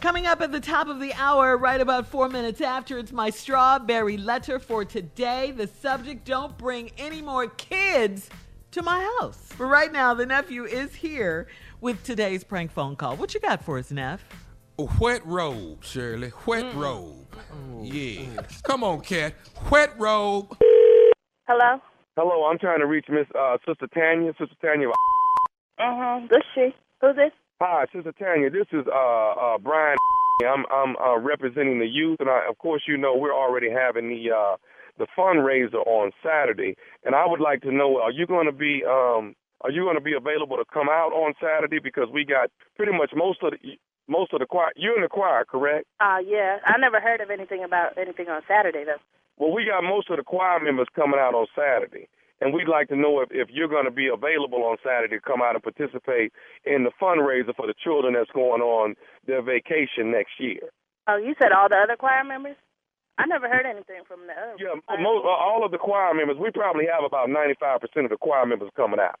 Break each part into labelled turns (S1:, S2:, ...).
S1: Coming up at the top of the hour, right about four minutes after, it's my strawberry letter for today. The subject don't bring any more kids to my house. For right now, the nephew is here with today's prank phone call. What you got for us, Neff?
S2: Wet robe, Shirley. Wet robe. yeah. Come on, cat. Wet robe.
S3: Hello.
S4: Hello, I'm trying to reach Miss uh, Sister Tanya. Sister Tanya.
S3: Uh-huh. This she. Who's this?
S4: Hi, Sister Tanya. This is uh, uh, Brian. I'm I'm uh, representing the youth, and I, of course, you know we're already having the uh, the fundraiser on Saturday, and I would like to know are you going to be um are you going to be available to come out on Saturday because we got pretty much most of the most of the choir. You're in the choir, correct?
S3: Uh, yeah. I never heard of anything about anything on Saturday though.
S4: Well, we got most of the choir members coming out on Saturday, and we'd like to know if, if you're going to be available on Saturday to come out and participate in the fundraiser for the children that's going on their vacation next year.
S3: Oh, you said all the other choir members? I never heard anything from the other.
S4: Yeah,
S3: choir
S4: most, all of the choir members, we probably have about 95% of the choir members coming out.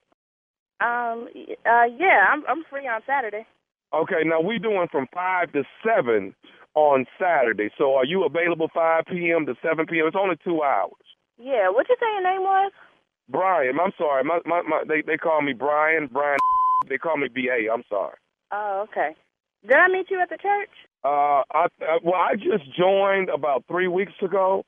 S3: Um. y- Uh. Yeah. I'm I'm free on Saturday.
S4: Okay, now we're doing from 5 to 7 on Saturday. So are you available 5 p.m. to 7 p.m.? It's only two hours.
S3: Yeah. What you say your name was?
S4: Brian, I'm sorry. My, my, my, they, they call me Brian. Brian, they call me B.A. I'm sorry.
S3: Oh, okay. Did I meet you at the church?
S4: Uh, I, uh, well, I just joined about three weeks ago,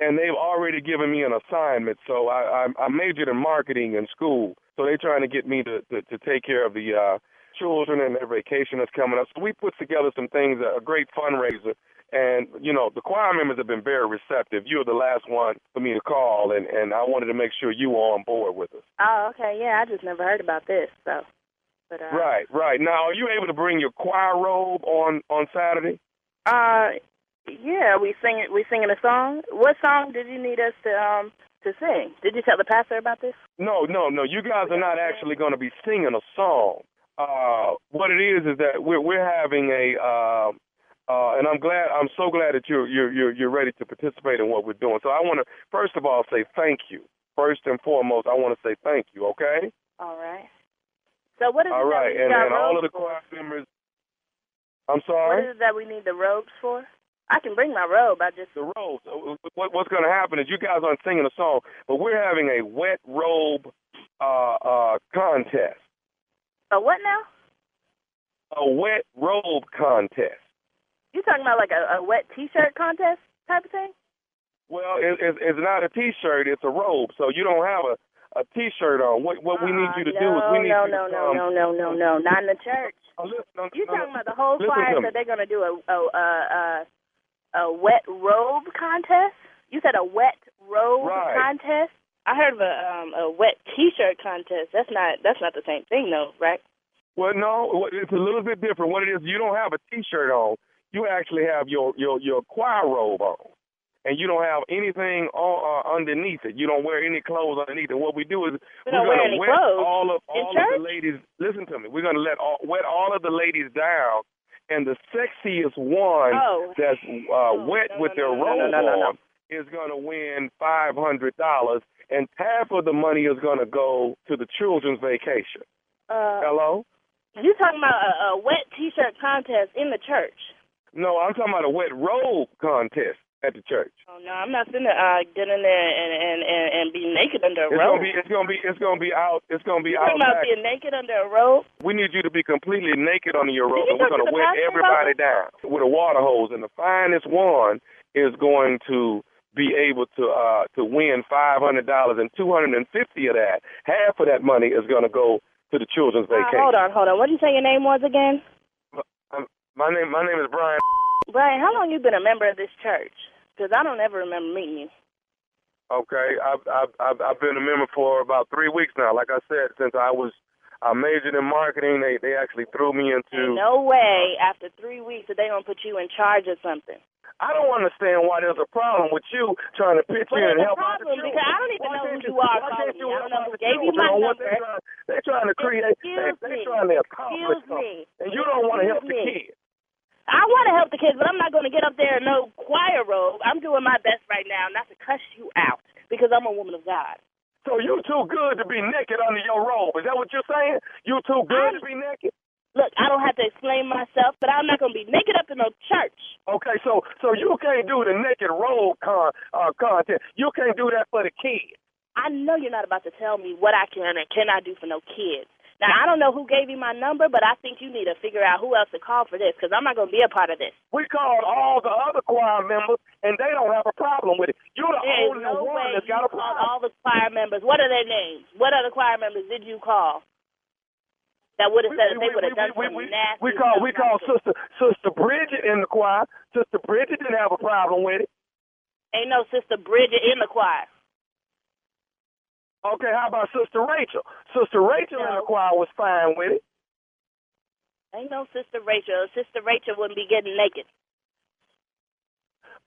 S4: and they've already given me an assignment. So I, I, I majored in marketing in school. So they're trying to get me to, to, to take care of the uh, children and their vacation that's coming up. So we put together some things, a a great fundraiser. And, you know, the choir members have been very receptive. You were the last one for me to call, and, and I wanted to make sure you were on board with us.
S3: Oh, okay. Yeah. I just never heard about this. So. But uh.
S4: Right, right. Now, are you able to bring your choir robe on, on Saturday?
S3: Uh. Yeah. We singing we singing a song. What song did you need us to um to sing? Did you tell the pastor about this?
S4: No, no, no. You guys are not actually going to be singing a song. Uh, what it is is that we're we're having a, uh, uh, and I'm glad, I'm so glad that you're you're you're you're ready to participate in what we're doing. So I want to first of all say thank you. First and foremost, I want to say thank you. Okay.
S3: All right. So what is
S4: All
S3: it
S4: right,
S3: that we
S4: and
S3: got
S4: and all of
S3: robes
S4: the
S3: for?
S4: choir members. I'm
S3: What
S4: sorry.
S3: is it that we need the robes for? I can bring my robe. I just
S4: The robes. Uh, What, what's going to happen is you guys aren't singing a song, but we're having a wet robe uh, uh, contest,
S3: a what now?
S4: a wet robe contest.
S3: You talking about like a, a wet T-shirt contest type of thing?
S4: Well, it, it's it's not a T-shirt; it's a robe. So you don't have a, a T-shirt on. What what we need you to
S3: Uh,
S4: do is we need
S3: no,
S4: you
S3: no,
S4: to
S3: no,
S4: um,
S3: no, no, no, no, not in the church.
S4: uh, listen, no,
S3: You
S4: no, no.
S3: talking about the whole
S4: Listen
S3: choir?
S4: to me.
S3: So they're gonna do a a a, a, a wet robe contest? You said a wet robe
S4: Right.
S3: contest? I heard of a um a wet T-shirt contest. That's not that's not the same thing though, right?
S4: Well, no, what- it's a little bit different. What it is, you don't have a T-shirt on. You actually have your your your choir robe on, and you don't have anything on, uh, underneath it. You don't wear any clothes underneath it. What we do is
S3: We
S4: are
S3: don't wear
S4: gonna
S3: any
S4: wet
S3: clothes
S4: all of
S3: in
S4: all
S3: church?
S4: of the ladies. Listen to me. We're gonna let all, wet all of the ladies down, and the sexiest one
S3: Oh.
S4: that's uh,
S3: Oh,
S4: wet
S3: no,
S4: with
S3: no,
S4: their
S3: no, no, no,
S4: robe
S3: no, no, no.
S4: on is going to win five hundred dollars, and half of the money is going to go to the children's vacation.
S3: Uh,
S4: Hello?
S3: you talking about a, a wet T-shirt contest in the church?
S4: No, I'm talking about a wet robe contest at the church.
S3: Oh no, I'm not gonna uh, get in there and and and, and be naked under a
S4: It's
S3: robe.
S4: gonna be, it's gonna be, it's gonna be out. It's gonna be
S3: you
S4: out.
S3: talking about being naked under a robe?
S4: We need you to be completely naked under your robe,
S3: you
S4: and we're
S3: talk to
S4: gonna
S3: the
S4: wet
S3: pastor
S4: everybody
S3: about
S4: down with a water hose, and the finest one is going to be able to uh to win five hundred dollars, and two hundred and fifty of that, half of that money is gonna go to the children's
S3: Uh,
S4: vacation. Um,
S3: hold on, hold on. What did you say your name was again?
S4: My name, my name is Brian.
S3: Brian, how long you been a member of this church? Because I don't ever remember meeting you.
S4: Okay, I've I've I've I've been a member for about three weeks now. Like I said, since I was I majored in marketing, they they actually threw me
S3: Ain't
S4: into.
S3: no way after three weeks that they gonna put you in charge of something.
S4: I don't understand why there's a problem with you trying to pitch
S3: What
S4: in
S3: is
S4: and
S3: the
S4: help
S3: problem?
S4: out the children.
S3: Because I don't even
S4: Why
S3: know who
S4: can't
S3: you are
S4: Why
S3: calling
S4: can't
S3: me.
S4: you
S3: I
S4: help
S3: don't know
S4: out
S3: who
S4: the
S3: gave you
S4: children
S3: my
S4: on what
S3: number.
S4: They're trying, they're trying to create.
S3: Excuse
S4: they're
S3: me.
S4: trying to accomplish
S3: Excuse
S4: something,
S3: me.
S4: and you don't want to help the
S3: Excuse me.
S4: kids.
S3: I want to help the kids, but I'm not going to get up there in no choir robe. I'm doing my best right now not to cuss you out because I'm a woman of God.
S4: So you too good to be naked under your robe. Is that what you're saying? You too good
S3: I'm-
S4: to be naked.
S3: Look, I don't have to explain myself, but I'm not going to be naked up in no church.
S4: Okay, so so you can't do the naked road con uh, content. You can't do that for the kids.
S3: I know you're not about to tell me what I can and cannot do for no kids. Now, I don't know who gave you my number, but I think you need to figure out who else to call for this because I'm not going to be a part of this.
S4: We called all the other choir members, and they don't have a problem with it. You're the
S3: There is
S4: only
S3: no
S4: one
S3: way
S4: that's
S3: you
S4: got a
S3: called
S4: problem.
S3: all the choir members. What are their names? What other choir members did you call? That would have said that they would have done
S4: we,
S3: some
S4: we,
S3: nasty
S4: we call we
S3: stuff
S4: call
S3: like this.
S4: sister sister Bridget in the choir. Sister Bridget didn't have a problem with it.
S3: Ain't no sister Bridget in the choir.
S4: Okay, how about sister Rachel? Sister Rachel in
S3: No.
S4: the choir was fine with it.
S3: Ain't no sister Rachel. Sister Rachel wouldn't be getting naked.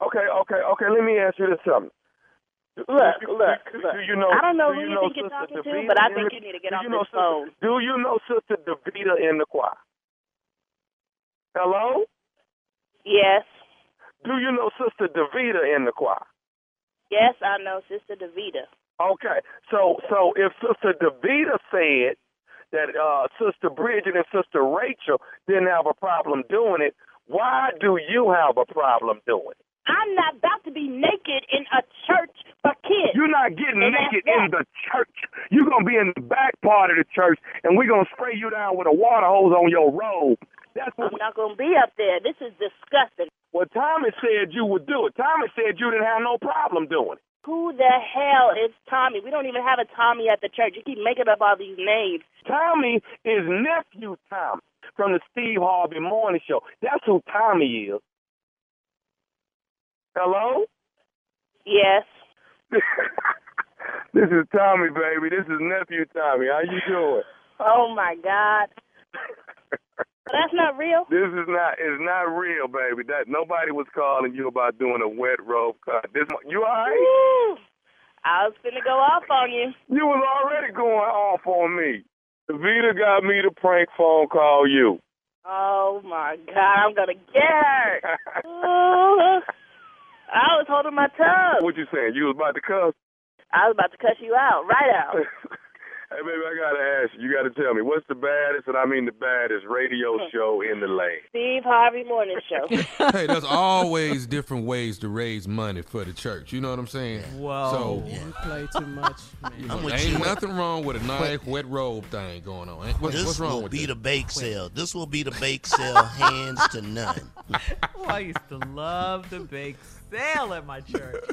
S4: Okay, okay, okay. Let me ask you this something. Do-
S3: Look,
S4: do- do-
S3: look,
S4: do,
S3: look.
S4: do you know?
S3: I don't know who
S4: do you
S3: you
S4: know
S3: think you're
S4: Sister
S3: talking to,
S4: Davita
S3: but I
S4: in
S3: think
S4: the-
S3: you need to get
S4: do
S3: off
S4: you know
S3: this
S4: sister,
S3: phone.
S4: Do you know Sister Davita in the choir? Hello.
S3: Yes.
S4: Do you know Sister Davita in the choir?
S3: Yes, I know Sister Davita.
S4: Okay, so so if Sister Davita said that uh, Sister Bridget and Sister Rachel didn't have a problem doing it, why do you have a problem doing it?
S3: I'm not about to be naked in a church for kids.
S4: You're not getting
S3: And that's
S4: naked in the church. You're gonna be in the back part of the church, and we're gonna spray you down with a water hose on your robe. That's what.
S3: I'm not going to be up there. This is disgusting.
S4: Well, Tommy said you would do it. Tommy said you didn't have no problem doing it.
S3: Who the hell is Tommy? We don't even have a Tommy at the church. You keep making up all these names.
S4: Tommy is nephew Tommy from the Steve Harvey Morning Show. That's who Tommy is. Hello?
S3: Yes.
S4: this is Tommy, baby. This is nephew Tommy. How you doing?
S3: Oh my God. But that's not real.
S4: This is not it's not real, baby. That nobody was calling you about doing a wet rope cut. This you all right?
S3: Woo. I was finna go off on you.
S4: You was already going off on me. Vita got me to prank phone call you.
S3: Oh my God, I'm gonna get her. Ooh. I was holding my tongue.
S4: what you saying? You was about to cuss?
S3: I was about to cuss you out, right out.
S4: hey, baby, I gotta ask you. You gotta tell me what's the baddest, and I mean the baddest radio show in the land.
S3: Steve Harvey Morning Show.
S2: hey, there's always different ways to raise money for the church. You know what I'm saying?
S5: Whoa,
S2: So
S5: you play too much, man.
S6: I'm with
S2: ain't
S6: you.
S2: nothing wrong with a nice wet robe thing going on. Ain't- What's,
S6: this
S2: what's wrong
S6: will
S2: with
S6: be
S2: that?
S6: the bake sale. This will be the bake sale, hands to none.
S5: Oh, I used to love the bake sale at my church.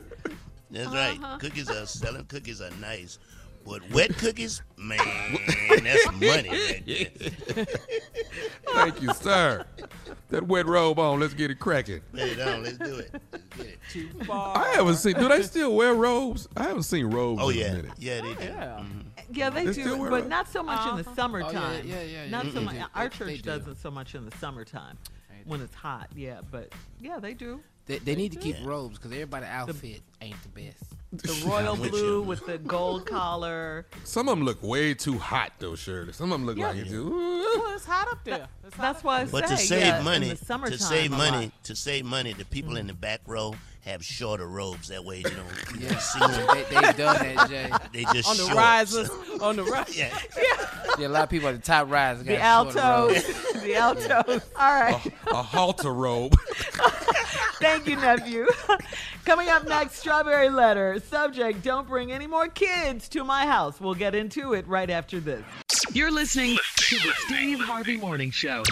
S6: That's right. Cookies are selling. Cookies are nice, but wet cookies, man, that's money. Right there.
S2: Thank you, sir. That wet robe on. Let's get it cracking.
S6: Put it on. Let's do it. Let's get it.
S5: Too far.
S2: I haven't seen. Do they still wear robes? I haven't seen robes.
S6: Oh
S2: in a
S6: yeah,
S2: minute.
S6: yeah, they do.
S5: Yeah.
S1: Yeah, they
S2: It's
S1: do,
S2: still
S1: but
S2: wear a-
S1: not so much in
S5: Uh-huh.
S1: the summertime.
S5: Oh, yeah, yeah, yeah.
S1: Not so
S5: Mm-mm.
S1: much.
S5: They-
S1: Our
S5: they
S1: church
S5: do.
S1: doesn't so much in the summertime when it's hot. Yeah, but yeah, they do.
S7: They, they need to keep robes because everybody outfit ain't the best.
S1: The royal
S6: with
S1: blue
S6: you.
S1: with the gold collar.
S2: Some of them look way too hot though, Shirley. Some of them look like it's ooh,
S5: Well, it's hot up there. It's hot
S1: That's
S5: up
S1: why I
S6: But
S1: say
S6: to save
S1: yeah,
S6: money,
S1: in the summertime,
S6: to save
S1: a
S6: money,
S1: lot.
S6: to save money, the people in the back row have shorter robes. That way you don't you
S7: Yeah,
S6: don't see them.
S7: they, they done that, Jay.
S6: They just
S5: on the
S6: short.
S5: rises, on the rise.
S6: Yeah,
S7: Yeah, a lot of people at the top rise got
S1: The
S7: short robes.
S1: altos, the altos. All right,
S2: a halter robe.
S1: thank you, nephew. Coming up next, strawberry letter. Subject: Don't bring any more kids to my house. We'll get into it right after this.
S8: You're listening to the Steve Harvey Morning Show.